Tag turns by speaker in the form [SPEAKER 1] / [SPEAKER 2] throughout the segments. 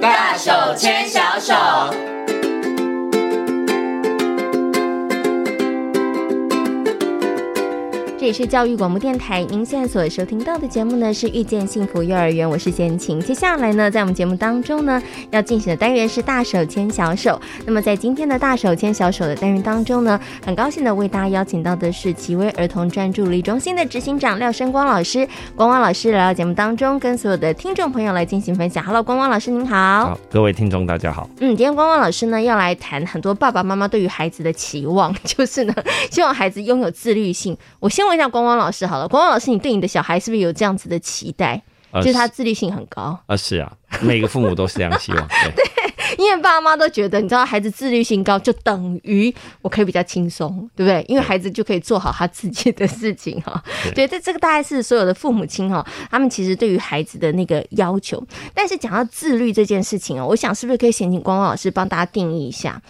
[SPEAKER 1] 大手牵小手。
[SPEAKER 2] 这里是教育广播电台，您现在所收听到的节目呢是《遇见幸福幼儿园》，我是贤琴。接下来呢，在我们节目当中呢，要进行的单元是“大手牵小手”。那么在今天的“大手牵小手”的单元当中呢，很高兴的为大家邀请到的是奇威儿童专注力中心的执行长廖生光老师。光光老师来到节目当中，跟所有的听众朋友来进行分享。Hello，光光老师您好。
[SPEAKER 3] 好，各位听众大家好。
[SPEAKER 2] 嗯，今天光光老师呢要来谈很多爸爸妈妈对于孩子的期望， 就是呢希望孩子拥有自律性。我先问一下光光老师好了，光光老师，你对你的小孩是不是有这样子的期待？
[SPEAKER 3] 呃
[SPEAKER 2] 就是他自律性很高，
[SPEAKER 3] 啊，是啊，每个父母都是这样希 望。对，
[SPEAKER 2] 因为爸妈都觉得，你知道，孩子自律性高就等于我可以比较轻松，对不对？因为孩子就可以做好他自己的事情哈。对，这这个大概是所有的父母亲哈，他们其实对于孩子的那个要求。但是讲到自律这件事情哦，我想是不是可以先请光光老师帮大家定义一下？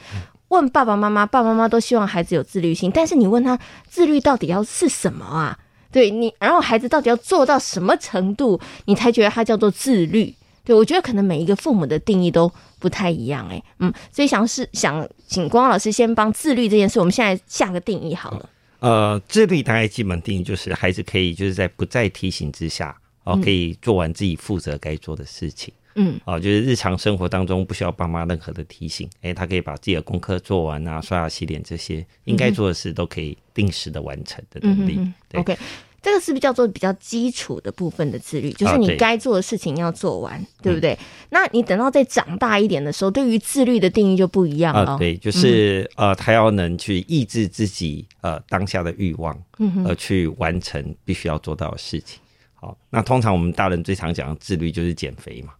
[SPEAKER 2] 问爸爸妈妈，爸爸妈妈都希望孩子有自律性，但是你问他自律到底要是什么啊？对你，然后孩子到底要做到什么程度，你才觉得他叫做自律？对我觉得可能每一个父母的定义都不太一样、哎，嗯，所以想是想请光老师先帮自律这件事，我们现在下个定义好了。
[SPEAKER 3] 呃，自律大概基本定义就是孩子可以就是在不再提醒之下，哦，可以做完自己负责该做的事情。
[SPEAKER 2] 嗯，
[SPEAKER 3] 哦，就是日常生活当中不需要爸妈任何的提醒，哎、他可以把自己的功课做完啊，刷牙洗脸这些应该做的事都可以定时的完成的能力。
[SPEAKER 2] 嗯
[SPEAKER 3] 对
[SPEAKER 2] ，OK，这个是不是叫做比较基础的部分的自律？就是你
[SPEAKER 3] 对
[SPEAKER 2] 该做的事情要做完，对不对？
[SPEAKER 3] 嗯
[SPEAKER 2] 那你等到再长大一点的时候，对于自律的定义就不一样
[SPEAKER 3] 啊、
[SPEAKER 2] 了。
[SPEAKER 3] 对，就是呃，他要能去抑制自己呃当下的欲望，嗯，而去完成必须要做到的事情。好，那通常我们大人最常讲的自律就是减肥嘛，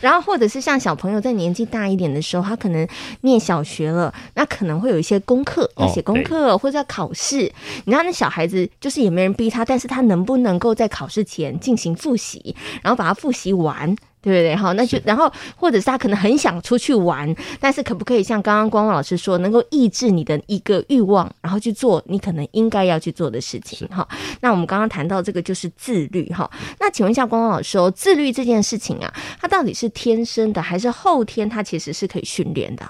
[SPEAKER 2] 然后或者是像小朋友在年纪大一点的时候，他可能念小学了，那可能会有一些功课要
[SPEAKER 3] 哦
[SPEAKER 2] 写功课、或者要考试。你看那小孩子就是也没人逼他，但是他能不能够在考试前进行复习，然后把它复习完？对不对？好，那就然后，或者是他可能很想出去玩，但是可不可以像刚刚光光老师说，能够抑制你的一个欲望，然后去做你可能应该要去做的事情？哈，那我们刚刚谈到这个就是自律哈。那请问一下光光老师哦，自律这件事情啊，它到底是天生的，还是后天它其实是可以训练的？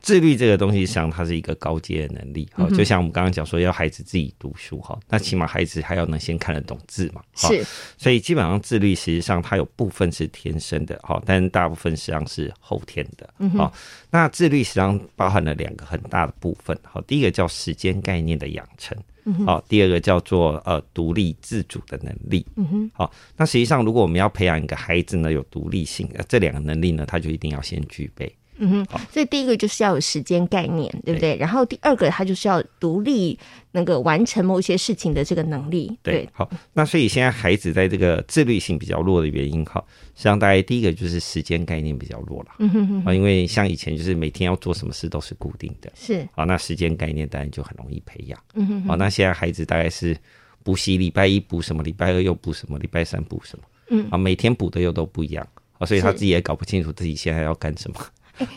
[SPEAKER 3] 自律这个东西，实际上它是一个高阶的能力。好、就像我们刚刚讲说，要孩子自己读书哈，那起码孩子还要能先看得懂字嘛。好，
[SPEAKER 2] 是，
[SPEAKER 3] 所以基本上自律实际上它有部分是天生的哈，但大部分实际上是后天的。好、那自律实际上包含了两个很大的部分。好，第一个叫时间概念的养成。好，第二个叫做呃独立自主的能力。嗯哼，好，那实际上如果我们要培养一个孩子呢有独立性，呃这两个能力呢，他就一定要先具备。
[SPEAKER 2] 所以第一个就是要有时间概念，对不对？然后第二个，它就是要独立那个完成某一些事情的这个能力，
[SPEAKER 3] 对，好，那所以现在孩子在这个自律性比较弱的原因，哈，实际上大概第一个就是时间概念比较弱了，嗯哼哼，啊，因为像以前就是每天要做什么事都是固定的，
[SPEAKER 2] 是
[SPEAKER 3] 啊，那时间概念当然就很容易培养，嗯哼啊，那现在孩子大概是补习礼拜一补什么，礼拜二又补什么，礼拜三补什么，嗯，啊，每天补的又都不一样，啊，所以他
[SPEAKER 2] 是
[SPEAKER 3] 自己也搞不清楚自己现在要干什么，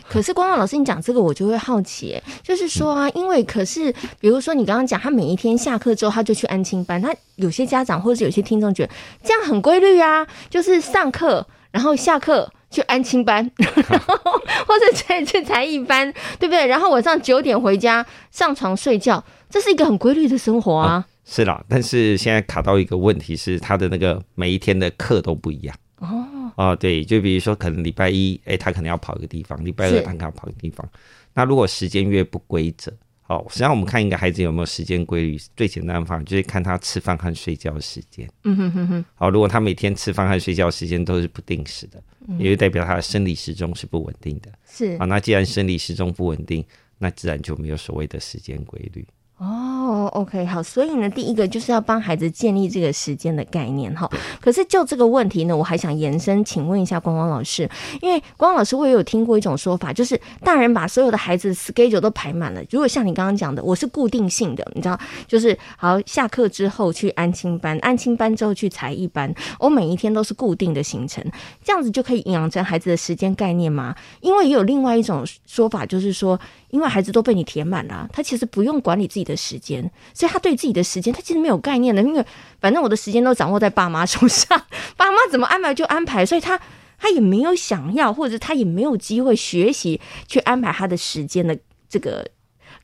[SPEAKER 2] 可是光光老师，你讲这个我就会好奇、欸，就是说啊，因为可是比如说你刚刚讲，他每一天下课之后他就去安亲班，那有些家长或者是有些听众觉得这样很规律啊，就是上课然后下课。去安亲班， 然后或者再去才艺班，对不对？然后晚上九点回家上床睡觉，这是一个很规律的生活啊。
[SPEAKER 3] 是啦，但是现在卡到一个问题是，他的那个每一天的课都不一样。哦，啊，对，就比如说可能礼拜一，哎、他可能要跑一个地方，礼拜
[SPEAKER 2] 是
[SPEAKER 3] 二他可能要跑一个地方。那如果时间越不规则，好、实际上我们看一个孩子有没有时间规律，最简单的方法就是看他吃饭和睡觉的时间。嗯哼哼哼。好，如果他每天吃饭和睡觉的时间都是不定时的，也就代表他的生理时钟嗯是不稳定的。
[SPEAKER 2] 是
[SPEAKER 3] 啊，那既然生理时钟不稳定，那自然就没有所谓的时间规律。
[SPEAKER 2] 哦，OK，好，所以呢，第一个就是要帮孩子建立这个时间的概念哈。可是就这个问题呢，我还想延伸，请问一下光光老师，因为光光老师我也有听过一种说法，就是大人把所有的孩子的 schedule 都排满了。如果像你刚刚讲的，我是固定性的，你知道，就是好下课之后去安亲班，安亲班之后去才艺班，我每一天都是固定的行程，这样子就可以养成孩子的时间概念吗？因为也有另外一种说法，就是说，因为孩子都被你填满了啊、他其实不用管理自己的时间，所以他对自己的时间他其实没有概念的，因为反正我的时间都掌握在爸妈手上，爸妈怎么安排就安排，所以他。他也没有想要，或者他也没有机会学习去安排他的时间的这个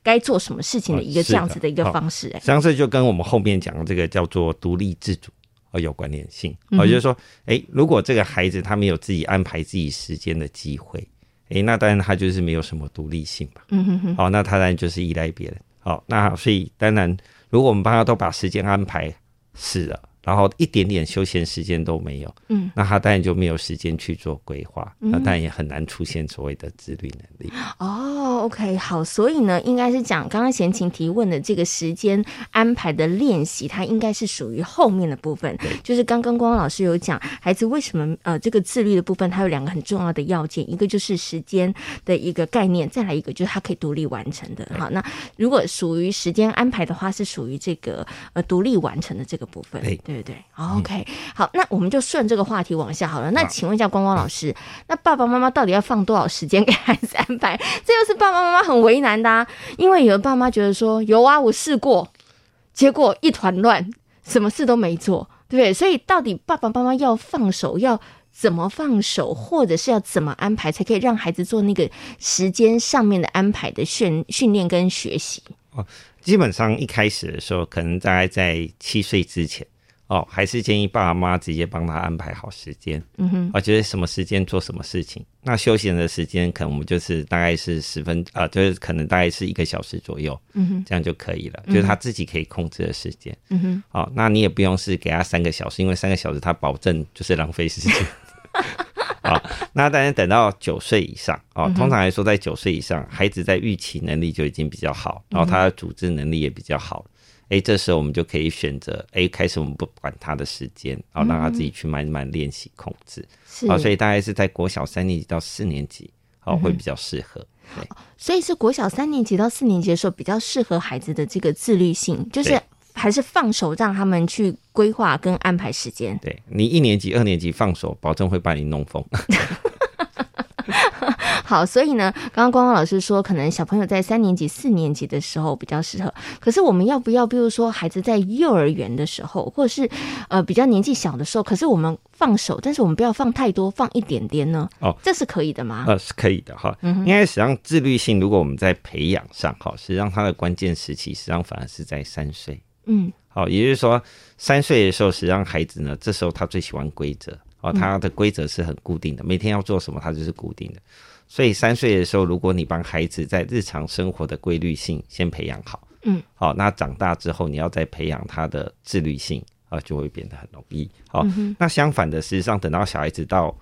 [SPEAKER 2] 该做什么事情的一个
[SPEAKER 3] 哦是
[SPEAKER 2] 这
[SPEAKER 3] 的
[SPEAKER 2] 样子的一个
[SPEAKER 3] 好
[SPEAKER 2] 方式、哎，
[SPEAKER 3] 相似就跟我们后面讲的这个叫做独立自主哦有关联性。哦，就是说，诶，如果这个孩子他没有自己安排自己时间的机会，诶，那当然他就是没有什么独立性嘛。嗯哼哼。哦，那他当然就是依赖别人。哦，那所以当然，如果我们帮他都把时间安排死了。然后一点点休闲时间都没有，嗯，那他当然就没有时间去做规划，那当然也很难出现所谓的自律能力。
[SPEAKER 2] 哦，OK，好，所以呢，应该是讲刚刚贤琴提问的这个时间安排的练习，它应该是属于后面的部分，就是刚刚光光老师有讲，孩子为什么呃这个自律的部分，它有两个很重要的要件，一个就是时间的一个概念，再来一个就是他可以独立完成的。好，那如果属于时间安排的话，是属于这个呃独立完成的这个部分，
[SPEAKER 3] 对
[SPEAKER 2] 对不对、哦、？OK，好，那我们就顺这个话题往下好了。那请问一下光光老师，那爸爸妈妈到底要放多少时间给孩子安排？ 这又是爸爸妈妈很为难的、啊，因为有的爸妈觉得说，有啊，我试过，结果一团乱，什么事都没做，对不对？所以到底爸爸妈妈要放手，要怎么放手，或者是要怎么安排，才可以让孩子做那个时间上面的安排的训训练跟学习？
[SPEAKER 3] 基本上一开始的时候，可能大概在七岁之前哦，还是建议爸爸妈妈直接帮他安排好时间，嗯哼，啊，就是什么时间做什么事情。那休闲的时间，可能我们就是大概是十分啊、就是可能大概是一个小时左右，嗯哼，这样就可以了，就是他自己可以控制的时间，嗯哼，哦，那你也不用是给他三个小时，因为三个小时他保证就是浪费时间。啊、那当然等到九岁以上哦，通常来说，在九岁以上，孩子在预期能力就已经比较好，然后他的组织能力也比较好。诶，这时候我们就可以选择，诶，开始我们不管他的时间，然后让他自己去慢慢练习控制。
[SPEAKER 2] 是，
[SPEAKER 3] 哦，所以大概是在国小三年级到四年级，哦，会比较适合。对
[SPEAKER 2] 所以是国小三年级到四年级的时候，比较适合孩子的这个自律性，就是
[SPEAKER 3] 对
[SPEAKER 2] 还是放手让他们去规划跟安排时间。
[SPEAKER 3] 对你一年级、二年级放手，保证会把你弄疯。
[SPEAKER 2] 好，所以呢，刚刚光光老师说，可能小朋友在三年级、四年级的时候比较适合。可是我们要不要，比如说孩子在幼儿园的时候，或者是呃比较年纪小的时候，可是我们放手，但是我们不要放太多，放一点点呢？
[SPEAKER 3] 哦，
[SPEAKER 2] 这是可以的吗？
[SPEAKER 3] 呃， 是可以的哈。应该实际上自律性，如果我们在培养上，哈，实际上它的关键时期，实际上反而是在三岁。
[SPEAKER 2] 嗯，
[SPEAKER 3] 好，也就是说，三岁的时候，实际上孩子呢，这时候他最喜欢规则，
[SPEAKER 2] 嗯
[SPEAKER 3] 哦，他的规则是很固定的，每天要做什么，他就是固定的。所以三岁的时候，如果你帮孩子在日常生活的规律性先培养好，
[SPEAKER 2] 嗯，
[SPEAKER 3] 好、那长大之后你要再培养他的自律性啊、就会变得很容易。好、
[SPEAKER 2] 嗯
[SPEAKER 3] 那相反的，事实际上等到小孩子到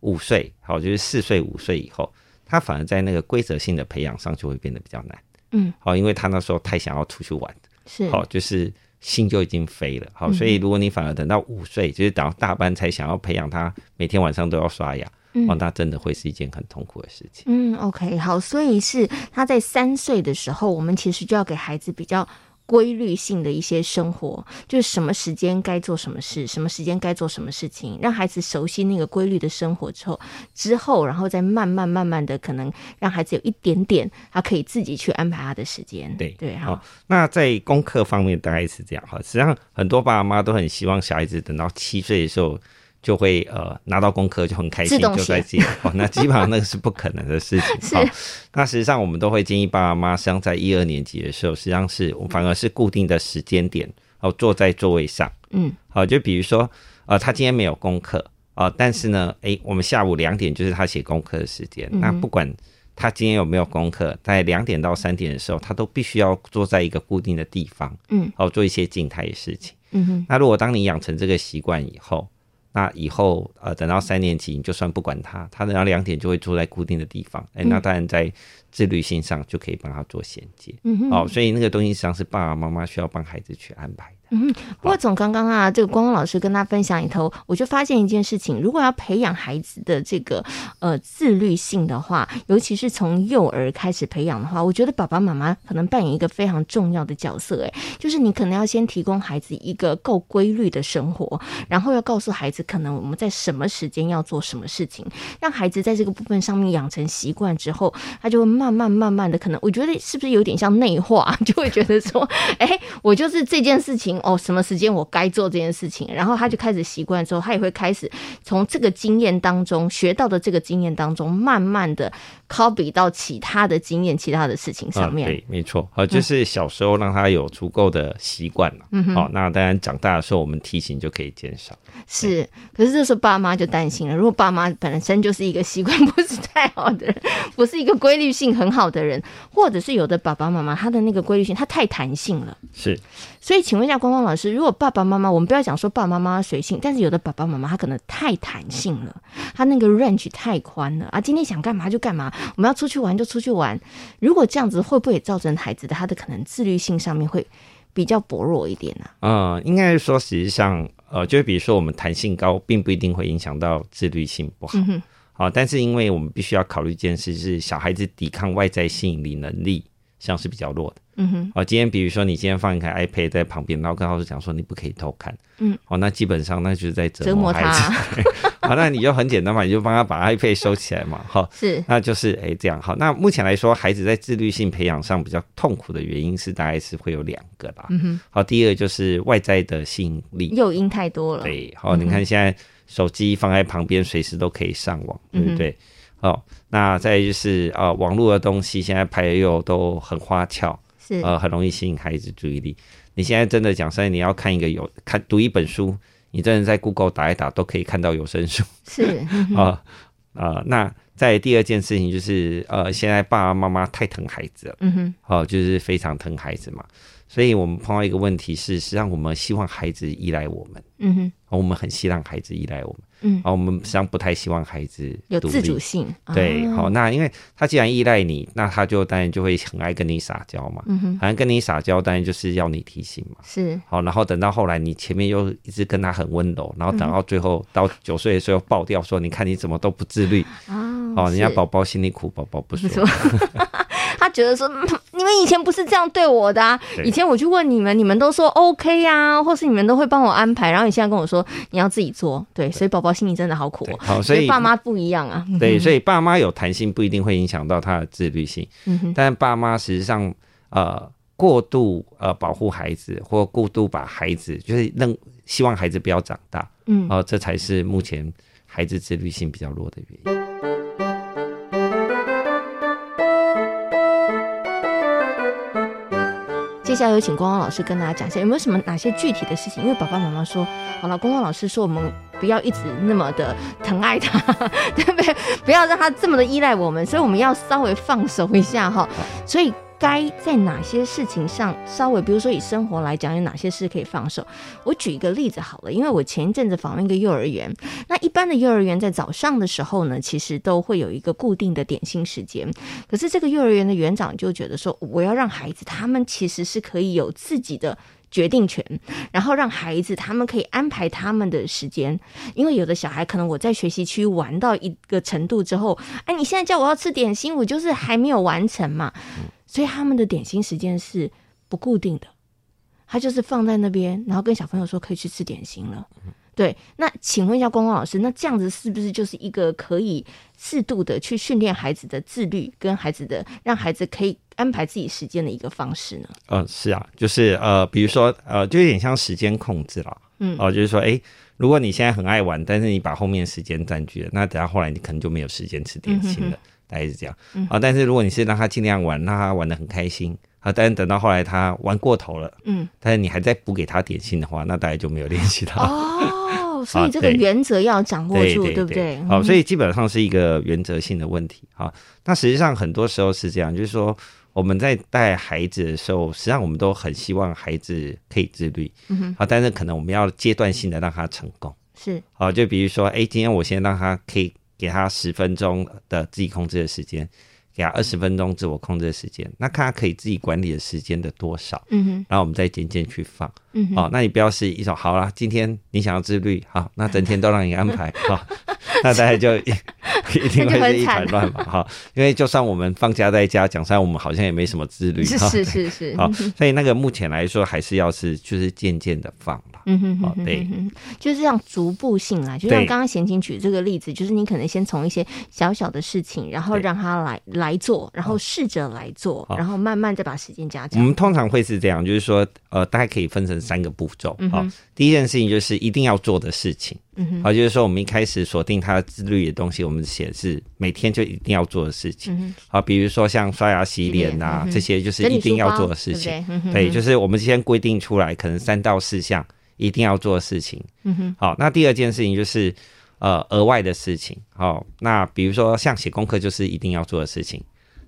[SPEAKER 3] 五岁，好、就是四岁五岁以后，他反而在那个规则性的培养上就会变得比较难。
[SPEAKER 2] 嗯，
[SPEAKER 3] 好、因为他那时候太想要出去玩，
[SPEAKER 2] 是，
[SPEAKER 3] 好、就是心就已经飞了。好、所以如果你反而等到五岁，就是等到大班才想要培养他每天晚上都要刷牙，哦，那真的会是一件很痛苦的事情。
[SPEAKER 2] 嗯，OK，好，所以是他在三岁的时候，我们其实就要给孩子比较规律性的一些生活，就是什么时间该做什么事，什么时间该做什么事情，让孩子熟悉那个规律的生活之后，之后然后再慢慢慢慢的，可能让孩子有一点点，他可以自己去安排他的时间。
[SPEAKER 3] 对
[SPEAKER 2] 对，
[SPEAKER 3] 好、
[SPEAKER 2] 嗯好，
[SPEAKER 3] 那在功课方面大概是这样哈。实际上，很多爸爸妈妈都很希望小孩子等到七岁的时候。就会呃拿到功课就很开心，
[SPEAKER 2] 自动
[SPEAKER 3] 就
[SPEAKER 2] 写
[SPEAKER 3] 在自己哦，那基本上那个是不可能的事 情。
[SPEAKER 2] 是
[SPEAKER 3] 好那实际上我们都会建议爸爸妈妈，实际上在一二年级的时候，实际上是反而是固定的时间点，哦，坐在座位上，
[SPEAKER 2] 嗯，
[SPEAKER 3] 好、就比如说，呃，他今天没有功课啊、呃但是呢，诶，我们下午两点就是他写功课的时间。
[SPEAKER 2] 嗯
[SPEAKER 3] 那不管他今天有没有功课，在两点到三点的时候，他都必须要坐在一个固定的地方，
[SPEAKER 2] 嗯，
[SPEAKER 3] 哦，做一些静态的事情。
[SPEAKER 2] 嗯哼，
[SPEAKER 3] 那如果当你养成这个习惯以后，那以后呃，等到三年级，你就算不管他，他等到两点就会坐在固定的地方。哎诶，那当然在自律性上就可以帮他做衔接。
[SPEAKER 2] 嗯哼。
[SPEAKER 3] 哦，所以那个东西实际上是爸爸妈妈需要帮孩子去安排
[SPEAKER 2] 嗯
[SPEAKER 3] 的。
[SPEAKER 2] 不过从刚刚啊，这个光光老师跟他分享里头，我就发现一件事情：如果要培养孩子的这个呃自律性的话，尤其是从幼儿开始培养的话，我觉得爸爸妈妈可能扮演一个非常重要的角色。哎诶，就是你可能要先提供孩子一个够规律的生活，然后要告诉孩子，可能我们在什么时间要做什么事情，让孩子在这个部分上面养成习惯之后，他就会慢慢 慢慢的，可能我觉得是不是有点像内化，就会觉得说，哎、我就是这件事情，哦，什么时间我该做这件事情，然后他就开始习惯之后，他也会开始从这个经验当中学到的这个经验当中，慢慢的 copy 到其他的经验、其他的事情上面。
[SPEAKER 3] 哦啊
[SPEAKER 2] 嗯
[SPEAKER 3] 对，没错，好、就是小时候让他有足够的习惯了。嗯好、那当然长大的时候我们提醒就可以减少。
[SPEAKER 2] 是，可是这时候爸妈就担心了。如果爸妈本身就是一个习惯不是太好的人， 不是一个规律性很好的人，或者是有的爸爸妈妈他的那个规律性他太弹性了。
[SPEAKER 3] 是，
[SPEAKER 2] 所以，请问一下光光老师，如果爸爸妈妈，我们不要讲说爸爸妈妈随性，但是有的爸爸妈妈他可能太弹性了，他那个 range 太宽了啊，今天想干嘛就干嘛，我们要出去玩就出去玩。如果这样子，会不会也造成孩子的他的可能自律性上面会比较薄弱一点呢、
[SPEAKER 3] 呃，应该说实际上，呃，就比如说我们弹性高，并不一定会影响到自律性不好。嗯好、但是因为我们必须要考虑一件事，是小孩子抵抗外在吸引力能力像是比较弱的。
[SPEAKER 2] 嗯哼，
[SPEAKER 3] 哦，今天比如说你今天放一台 iPad 在旁边，然后跟老师讲说你不可以偷看，
[SPEAKER 2] 嗯，
[SPEAKER 3] 哦，那基本上那就是在折
[SPEAKER 2] 折磨
[SPEAKER 3] 孩子。
[SPEAKER 2] 他
[SPEAKER 3] 好，那你就很简单嘛，你就帮他把 iPad 收起来嘛，好、
[SPEAKER 2] 是
[SPEAKER 3] 那就是诶、这样好。那目前来说，孩子在自律性培养上比较痛苦的原因是，大概是会有两个啦。嗯哼。好，第一个就是外在的吸引力。
[SPEAKER 2] 诱因太多了。
[SPEAKER 3] 对，好、你看现在手机放在旁边，随时都可以上网，对不对？哦，那再来就是呃，网络的东西现在排的又都很花俏，
[SPEAKER 2] 是，
[SPEAKER 3] 呃，很容易吸引孩子注意力。你现在真的讲实在，你要看一个有看读一本书，你真的在 Google 打一打都可以看到有声书。
[SPEAKER 2] 是，
[SPEAKER 3] 啊啊、呃那在第二件事情就是，呃，现在爸爸妈妈太疼孩子了，
[SPEAKER 2] 嗯哼，
[SPEAKER 3] 哦、就是非常疼孩子嘛，所以我们碰到一个问题是，实际上我们希望孩子依赖我们，
[SPEAKER 2] 嗯哼，
[SPEAKER 3] 哦我们很希望孩子依赖我们，啊
[SPEAKER 2] 嗯
[SPEAKER 3] 而、我们实际上不太希望孩子
[SPEAKER 2] 有
[SPEAKER 3] 独
[SPEAKER 2] 自
[SPEAKER 3] 立
[SPEAKER 2] 主性。
[SPEAKER 3] 对，
[SPEAKER 2] 啊
[SPEAKER 3] 好、那因为他既然依赖你，那他就当然就会很爱跟你撒娇嘛，
[SPEAKER 2] 嗯哼，
[SPEAKER 3] 好像跟你撒娇，当然就是要你提醒嘛。
[SPEAKER 2] 是，
[SPEAKER 3] 好，然后等到后来，你前面又一直跟他很温柔，然后等到最后到九岁的时候爆掉，说你看你怎么都不自律，
[SPEAKER 2] 哦
[SPEAKER 3] 哦，人家
[SPEAKER 2] 是
[SPEAKER 3] 宝宝心里苦，宝宝不说。
[SPEAKER 2] 说他觉得说、嗯你们以前不是这样对我的、啊，
[SPEAKER 3] 对
[SPEAKER 2] 以前我去问你们，你们都说 OK 啊，或是你们都会帮我安排，然后你现在跟我说你要自己做，对，所以宝宝心里真的好苦、
[SPEAKER 3] 对
[SPEAKER 2] 哦，。
[SPEAKER 3] 好，所以
[SPEAKER 2] 爸妈不一样啊，
[SPEAKER 3] 对，所以爸妈有弹性不一定会影响到他的自律性，
[SPEAKER 2] 嗯哼，
[SPEAKER 3] 但爸妈实际上呃过度呃保护孩子，或过度把孩子就是让希望孩子不要长大，
[SPEAKER 2] 嗯
[SPEAKER 3] 哦、这才是目前孩子自律性比较弱的原因。
[SPEAKER 2] 接下来有请光光老师跟大家讲一下，有没有什么哪些具体的事情？因为爸爸妈妈说，好了，光光老师说我们不要一直那么的疼爱他， 对不对？不要让他这么的依赖我们，所以我们要稍微放手一下哈。所以该在哪些事情上稍微，比如说以生活来讲，有哪些事可以放手？我举一个例子好了，因为我前一阵子访问一个幼儿园，那一般的幼儿园在早上的时候呢，其实都会有一个固定的点心时间，可是这个幼儿园的园长就觉得说，我要让孩子他们其实是可以有自己的。决定权，然后让孩子他们可以安排他们的时间，因为有的小孩可能我在学习区玩到一个程度之后，哎，你现在叫我要吃点心，我就是还没有完成嘛，所以他们的点心时间是不固定的，他就是放在那边，然后跟小朋友说可以去吃点心了。对，那请问一下光光老师，那这样子是不是就是一个可以适度的去训练孩子的自律，跟孩子的让孩子可以安排自己时间的一个方式呢？
[SPEAKER 3] 嗯，是啊，就是呃，比如说呃，就有点像时间控制啦。
[SPEAKER 2] 嗯
[SPEAKER 3] 哦、就是说，哎、如果你现在很爱玩，但是你把后面时间占据了，那等下后来你可能就没有时间吃点心了，
[SPEAKER 2] 嗯
[SPEAKER 3] 大概是这样。啊、但是如果你是让他尽量玩，让他玩的很开心，啊，但是等到后来他玩过头了，
[SPEAKER 2] 嗯，
[SPEAKER 3] 但是你还在补给他点心的话，那大概就没有练习到。
[SPEAKER 2] 哦，所
[SPEAKER 3] 啊
[SPEAKER 2] 以这个
[SPEAKER 3] 对
[SPEAKER 2] 原则要掌握
[SPEAKER 3] 对
[SPEAKER 2] 住，
[SPEAKER 3] 对
[SPEAKER 2] 不对？嗯
[SPEAKER 3] 好、所以基本上是一个原则性的问题啊、好那实际上很多时候是这样，就是说我们在带孩子的时候，实际上我们都很希望孩子可以自律，嗯哼，好，但是可能我们要阶段性的让他成功。
[SPEAKER 2] 是
[SPEAKER 3] 好，就比如说，哎、今天我先让他可以给他十分钟的自己控制的时间，给他二十分钟自我控制的时间，那看他可以自己管理的时间的多少。
[SPEAKER 2] 嗯哼，
[SPEAKER 3] 然后我们再渐渐去放。
[SPEAKER 2] 嗯哼
[SPEAKER 3] 哦，那你不要是一种 好啦，今天你想要自律，好，那整天都让你安排，好，那大家就一
[SPEAKER 2] 那
[SPEAKER 3] 定
[SPEAKER 2] 就
[SPEAKER 3] 会
[SPEAKER 2] 很
[SPEAKER 3] 是一团
[SPEAKER 2] 惨
[SPEAKER 3] 乱嘛哈。因为就算我们放假在家，讲实在我们好像也没什么自律
[SPEAKER 2] 是
[SPEAKER 3] 哈。
[SPEAKER 2] 是是是，
[SPEAKER 3] 好，所以那个目前来说还是要是就是渐渐的放了。
[SPEAKER 2] 嗯哼
[SPEAKER 3] 好
[SPEAKER 2] 哼，
[SPEAKER 3] 对
[SPEAKER 2] 哼哼，就是这样逐步性啦，就像
[SPEAKER 3] 对
[SPEAKER 2] 刚刚贤琴举这个例子，就是你可能先从一些小小的事情，然后
[SPEAKER 3] 对
[SPEAKER 2] 让他来来做，然后试着来做，
[SPEAKER 3] 好
[SPEAKER 2] 然后慢慢再把时间加
[SPEAKER 3] 我
[SPEAKER 2] 长。
[SPEAKER 3] 们通常会是这样，就是说，呃，大家可以分成三个步骤
[SPEAKER 2] 嗯
[SPEAKER 3] 啊、
[SPEAKER 2] 哼
[SPEAKER 3] 第一件事情就是一定要做的事情，
[SPEAKER 2] 嗯哼
[SPEAKER 3] 好、就是说我们一开始锁定他自律的东西，我们写是每天就一定要做的事情。
[SPEAKER 2] 嗯
[SPEAKER 3] 好、比如说像刷牙、洗脸
[SPEAKER 2] 洗
[SPEAKER 3] 啊、
[SPEAKER 2] 脸嗯哼
[SPEAKER 3] 这些，就是
[SPEAKER 2] 整理
[SPEAKER 3] 一定要
[SPEAKER 2] 书包
[SPEAKER 3] 做的事情。
[SPEAKER 2] 对不对嗯哼
[SPEAKER 3] 对，就是我们先规定出来，可能三到四项一定要做的事情。
[SPEAKER 2] 嗯哼，
[SPEAKER 3] 好、那第二件事情就是呃额外的事情。好、那比如说像写功课就是一定要做的事情，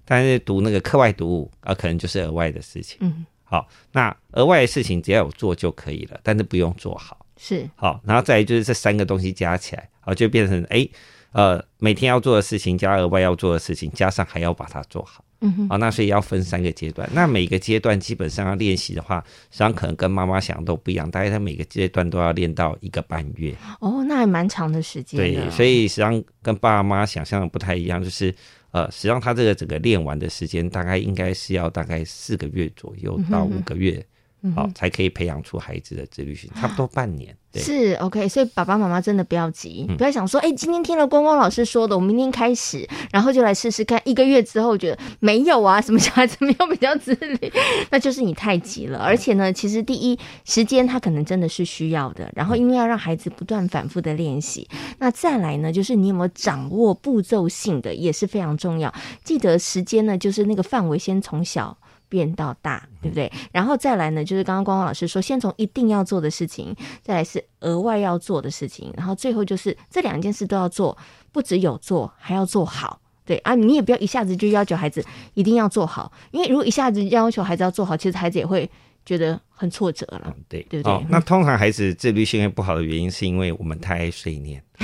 [SPEAKER 3] 但是读那个课外读物啊、呃可能就是额外的事情。
[SPEAKER 2] 嗯，
[SPEAKER 3] 好，那额外的事情只要有做就可以了，但是不用做好。
[SPEAKER 2] 是，
[SPEAKER 3] 好，然后再来就是这三个东西加起来，好，就变成哎、呃，每天要做的事情加额外要做的事情，加上还要把它做好。
[SPEAKER 2] 嗯哼，
[SPEAKER 3] 好，那所以要分三个阶段。那每个阶段基本上要练习的话，实际上可能跟妈妈想的都不一样，大概在每个阶段都要练到一个半月。
[SPEAKER 2] 哦，那还蛮长的时间
[SPEAKER 3] 对，
[SPEAKER 2] 的
[SPEAKER 3] 所以实际上跟爸妈想象的不太一样，就是呃，实际上他这个整个练完的时间大概应该是要大概四个月左右到五个月，好、
[SPEAKER 2] 嗯
[SPEAKER 3] 哦才可以培养出孩子的自律性，差不多半年。对，
[SPEAKER 2] 是 OK，所以爸爸妈妈真的不要急，不要想说，哎、今天听了光光老师说的，我明天开始，然后就来试试看。一个月之后觉得没有啊，什么小孩子没有比较自律， 那就是你太急了。而且呢，其实第一时间他可能真的是需要的，然后因为要让孩子不断反复的练习，那再来呢，就是你有没有掌握步骤性的也是非常重要。记得时间呢，就是那个范围先从小。变到大，对不对？然后再来呢，就是刚刚光光老师说，先从一定要做的事情，再来是额外要做的事情，然后最后就是这两件事都要做，不只有做，还要做好。对啊，你也不要一下子就要求孩子一定要做好，因为如果一下子要求孩子要做好，其实孩子也会觉得很挫折了
[SPEAKER 3] 嗯。，对，
[SPEAKER 2] 对不对
[SPEAKER 3] 哦，那通常孩子自律性会不好的原因，是因为我们太爱碎念。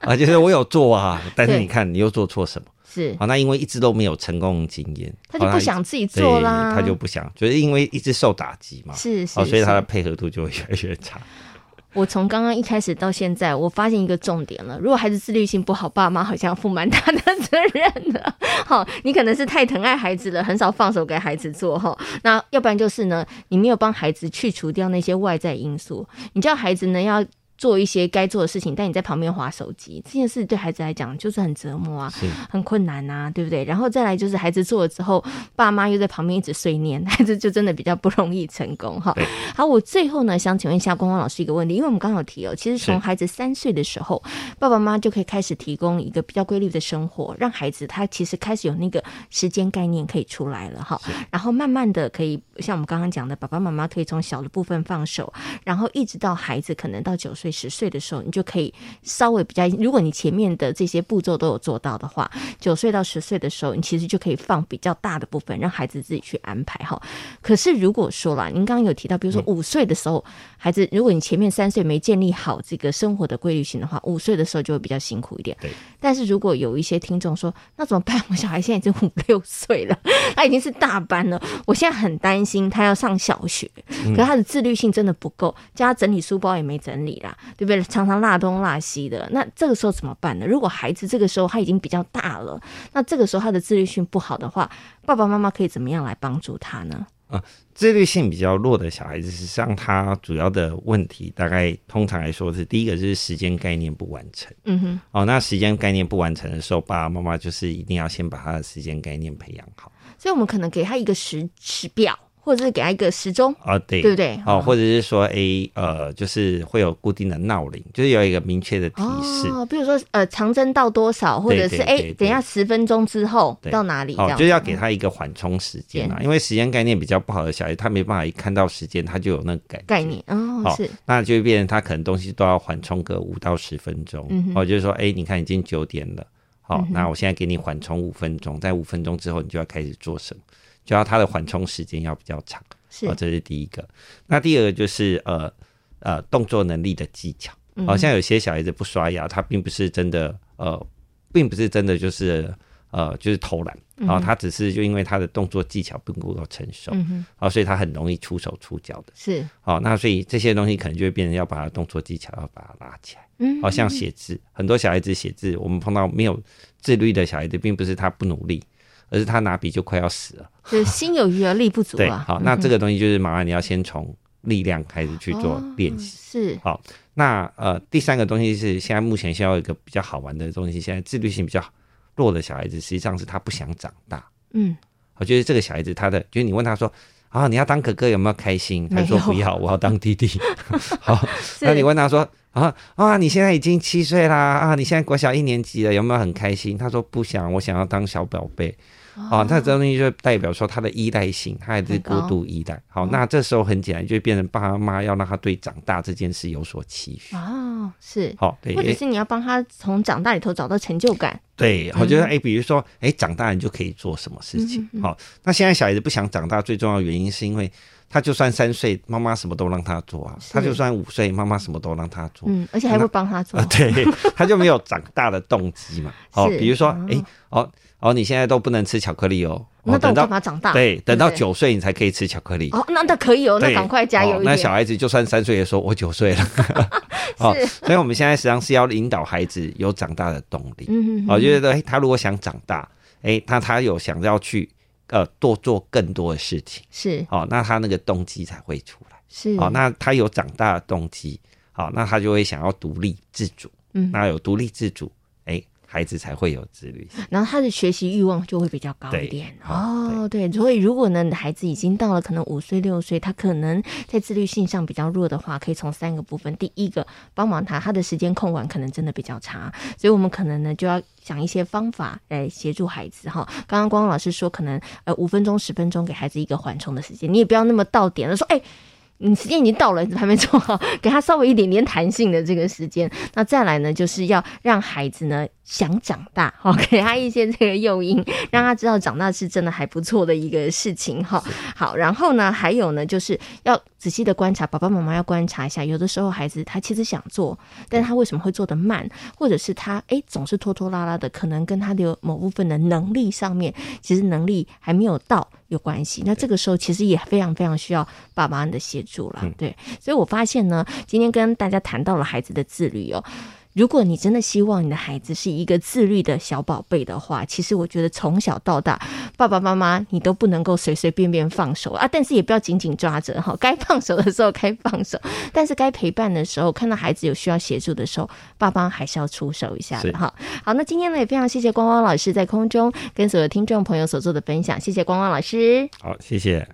[SPEAKER 3] 啊，就是我有 做啊，但是
[SPEAKER 2] 对
[SPEAKER 3] 你看你又做错什么？
[SPEAKER 2] 是，
[SPEAKER 3] 好、那因为一直都没有成功的经验，
[SPEAKER 2] 他就
[SPEAKER 3] 好
[SPEAKER 2] 不想自己做
[SPEAKER 3] 对
[SPEAKER 2] 啦，
[SPEAKER 3] 他就不想，就是因为一直受打击嘛，
[SPEAKER 2] 是是、
[SPEAKER 3] 哦，所以他的
[SPEAKER 2] 是
[SPEAKER 3] 配合度就会越来越差。
[SPEAKER 2] 我从刚刚一开始到现在，我发现一个重点了。如果孩子自律性不好，爸妈好像要负蛮大的责任的。 好，你可能是太疼爱孩子了，很少放手给孩子做哈。那要不然就是呢，你没有帮孩子去除掉那些外在因素，你叫孩子呢要。做一些该做的事情，但你在旁边划手机，这件事对孩子来讲就是很折磨啊，
[SPEAKER 3] 是
[SPEAKER 2] 很困难啊，对不对？然后再来就是孩子做了之后，爸妈又在旁边一直碎念，孩子就真的比较不容易成功哈。好，我最后呢，想请问一下光光老师一个问题，因为我们刚好提哦，其实从
[SPEAKER 3] 是
[SPEAKER 2] 孩子三岁的时候，爸爸妈妈就可以开始提供一个比较规律的生活，让孩子他其实开始有那个时间概念可以出来了哈，然后慢慢的可以像我们刚刚讲的，爸爸妈妈可以从小的部分放手，然后一直到孩子可能到九岁、十岁的时候，你就可以稍微比较，如果你前面的这些步骤都有做到的话，九岁到十岁的时候，你其实就可以放比较大的部分，让孩子自己去安排哈。可是如果说啦，您刚刚有提到，比如说五岁的时候，孩子如果你前面三岁没建立好这个生活的规律性的话，五岁的时候就会比较辛苦一点。
[SPEAKER 3] 对。
[SPEAKER 2] 但是如果有一些听众说，那怎么办？我小孩现在已经五六岁了，他已经是大班了，我现在很担心他要上小学，可是
[SPEAKER 3] 嗯
[SPEAKER 2] 他的自律性真的不够，叫他整理书包也没整理啦，对不对？常常落东落西的，那这个时候怎么办呢？如果孩子这个时候他已经比较大了，那这个时候他的自律性不好的话，爸爸妈妈可以怎么样来帮助他呢？
[SPEAKER 3] 自律性比较弱的小孩子，实际上他主要的问题，大概通常来说是第一个就是时间概念不完成。
[SPEAKER 2] 嗯哼，
[SPEAKER 3] 哦，那时间概念不完成的时候，爸爸妈妈就是一定要先把他的时间概念培养好。
[SPEAKER 2] 所以我们可能给他一个时时表，或者是给他一个时钟。
[SPEAKER 3] 啊，对，
[SPEAKER 2] 对不对
[SPEAKER 3] 哦
[SPEAKER 2] 哦，
[SPEAKER 3] 或者是说，诶，呃，就是会有固定的闹铃，就是有一个明确的提示。
[SPEAKER 2] 哦，比如说呃，长征到多少，或者是
[SPEAKER 3] 对对
[SPEAKER 2] 哎
[SPEAKER 3] 对，
[SPEAKER 2] 等一下十分钟之后
[SPEAKER 3] 对
[SPEAKER 2] 到哪里这
[SPEAKER 3] 哦，
[SPEAKER 2] 样
[SPEAKER 3] 就
[SPEAKER 2] 子？
[SPEAKER 3] 是要给他一个缓冲时间
[SPEAKER 2] 嗯
[SPEAKER 3] 啊，因为时间概念比较不好的小孩，他没办法一看到时间，他就有那个感觉
[SPEAKER 2] 概念哦，
[SPEAKER 3] 好
[SPEAKER 2] 是
[SPEAKER 3] 那就会变成他可能东西都要缓冲个五到十分钟，
[SPEAKER 2] 嗯哼嗯
[SPEAKER 3] 哦，就是说，哎、你看已经九点了，好、那我现在给你缓冲五分钟，在五分钟之后你就要开始做什么，就要他的缓冲时间要比较长，
[SPEAKER 2] 是
[SPEAKER 3] 哦，这是第一个。那第二个就是呃呃动作能力的技巧，
[SPEAKER 2] 嗯
[SPEAKER 3] 好、像有些小孩子不刷牙，他并不是真的呃，并不是真的就是呃，就是偷懒，然后他只是就因为他的动作技巧并不够成熟，
[SPEAKER 2] 嗯哼，
[SPEAKER 3] 啊，所以他很容易出手出脚的。
[SPEAKER 2] 是，
[SPEAKER 3] 好、那所以这些东西可能就会变成要把他动作技巧要把它拉起来。
[SPEAKER 2] 嗯
[SPEAKER 3] 好、像写字，很多小孩子写字，我们碰到没有自律的小孩子，并不是他不努力，而是他拿笔就快要死了。
[SPEAKER 2] 就是心有余而力不足
[SPEAKER 3] 对，
[SPEAKER 2] 啊。
[SPEAKER 3] 好、那这个东西就是麻烦你要先从力量开始去做练习。
[SPEAKER 2] 是，
[SPEAKER 3] 好、那呃，第三个东西是现在目前需要一个比较好玩的东西。现在自律性比较弱的小孩子，实际上是他不想长大。
[SPEAKER 2] 嗯，
[SPEAKER 3] 我觉得这个小孩子他的，就是你问他说啊，你要当哥哥有没有开心？他说
[SPEAKER 2] 没有
[SPEAKER 3] 不要，我要当弟弟。 好，那你问他说啊啊，你现在已经七岁啦啊，你现在国小一年级了，有没有很开心？他说不想，我想要当小宝贝。哦，那这东西就代表说他的依赖性，他还是
[SPEAKER 2] 很
[SPEAKER 3] 过
[SPEAKER 2] 高嗯
[SPEAKER 3] 度依赖。好，那这时候很简单，就变成爸妈要让他对长大这件事有所期许。
[SPEAKER 2] 哦，是，
[SPEAKER 3] 好，对，
[SPEAKER 2] 或者
[SPEAKER 3] 诶
[SPEAKER 2] 是你要帮他从长大里头找到成就感，
[SPEAKER 3] 对，
[SPEAKER 2] 嗯
[SPEAKER 3] 我觉得哎，诶比如说哎，诶长大你就可以做什么事情？好、那现在小孩子不想长大，最重要的原因是因为他就算三岁，妈妈什么都让他做啊；
[SPEAKER 2] 是
[SPEAKER 3] 他就算五岁，妈妈什么都让他 做。
[SPEAKER 2] 嗯，而且还会帮他做
[SPEAKER 3] 哦啊，，对， 他就没有长大的动机嘛。哦，
[SPEAKER 2] 是
[SPEAKER 3] 比如说
[SPEAKER 2] 哦，
[SPEAKER 3] 哎，哦哦，你现在都不能吃巧克力哦，
[SPEAKER 2] 那
[SPEAKER 3] 哦，
[SPEAKER 2] 等
[SPEAKER 3] 等
[SPEAKER 2] 我
[SPEAKER 3] 到
[SPEAKER 2] 干嘛长大？
[SPEAKER 3] 对，等到
[SPEAKER 2] 不
[SPEAKER 3] 九岁你才可以吃巧克力。
[SPEAKER 2] 哦，那那可以哦，那
[SPEAKER 3] 对
[SPEAKER 2] 赶快加油
[SPEAKER 3] 哦
[SPEAKER 2] 一
[SPEAKER 3] 那小
[SPEAKER 2] 点，
[SPEAKER 3] 孩子就算三岁也说，我九岁了。 哦，所以我们现在实际上是要引导孩子有长大的动力。
[SPEAKER 2] 嗯哼
[SPEAKER 3] 我觉得，哎，他如果想长大，哎，他他有想要去呃多做更多的事情，
[SPEAKER 2] 是
[SPEAKER 3] 哦，那他那个动机才会出来，
[SPEAKER 2] 是，
[SPEAKER 3] 哦，那他有长大的动机，好、那他就会想要独立自主，
[SPEAKER 2] 嗯
[SPEAKER 3] 那有独立自主，哎，孩子才会有自律性，
[SPEAKER 2] 然后他的学习欲望就会比较高一
[SPEAKER 3] 对
[SPEAKER 2] 点
[SPEAKER 3] 好
[SPEAKER 2] 哦，对，所以如果呢，你的孩子已经到了可能五岁六岁，他可能在自律性上比较弱的话，可以从三个部分，第一个帮忙他，他的时间控管可能真的比较差，所以我们可能呢就要想一些方法来协助孩子哈。刚刚光光老师说，可能呃五分钟十分钟给孩子一个缓冲的时间，你也不要那么到点了，说哎。你时间已经到了，你还没做好，给他稍微一点点弹性的这个时间。那再来呢，就是要让孩子呢想长大，好、给他一些这个诱因，让他知道长大是真的还不错的一个事情哈、好，然后呢，还有呢，就是要仔细的观察，爸爸妈妈要观察一下，有的时候孩子他其实想做，但他为什么会做得慢，或者是他诶总是拖拖拉拉的，可能跟他的某部分的能力上面，其实能力还没有到。有关系，那这个时候其实也非常非常需要爸妈的协助了，对，所以我发现呢，今天跟大家谈到了孩子的自律哦，如果你真的希望你的孩子是一个自律的小宝贝的话，其实我觉得从小到大，爸爸妈妈你都不能够随随便便放手啊，但是也不要紧紧抓着哈，该放手的时候该放手，但是该陪伴的时候，看到孩子有需要协助的时候，爸爸还是要出手一下的
[SPEAKER 3] 是
[SPEAKER 2] 哈。好，那今天呢也非常谢谢光光老师在空中跟所有听众朋友所做的分享，谢谢光光老师。
[SPEAKER 3] 好，谢谢。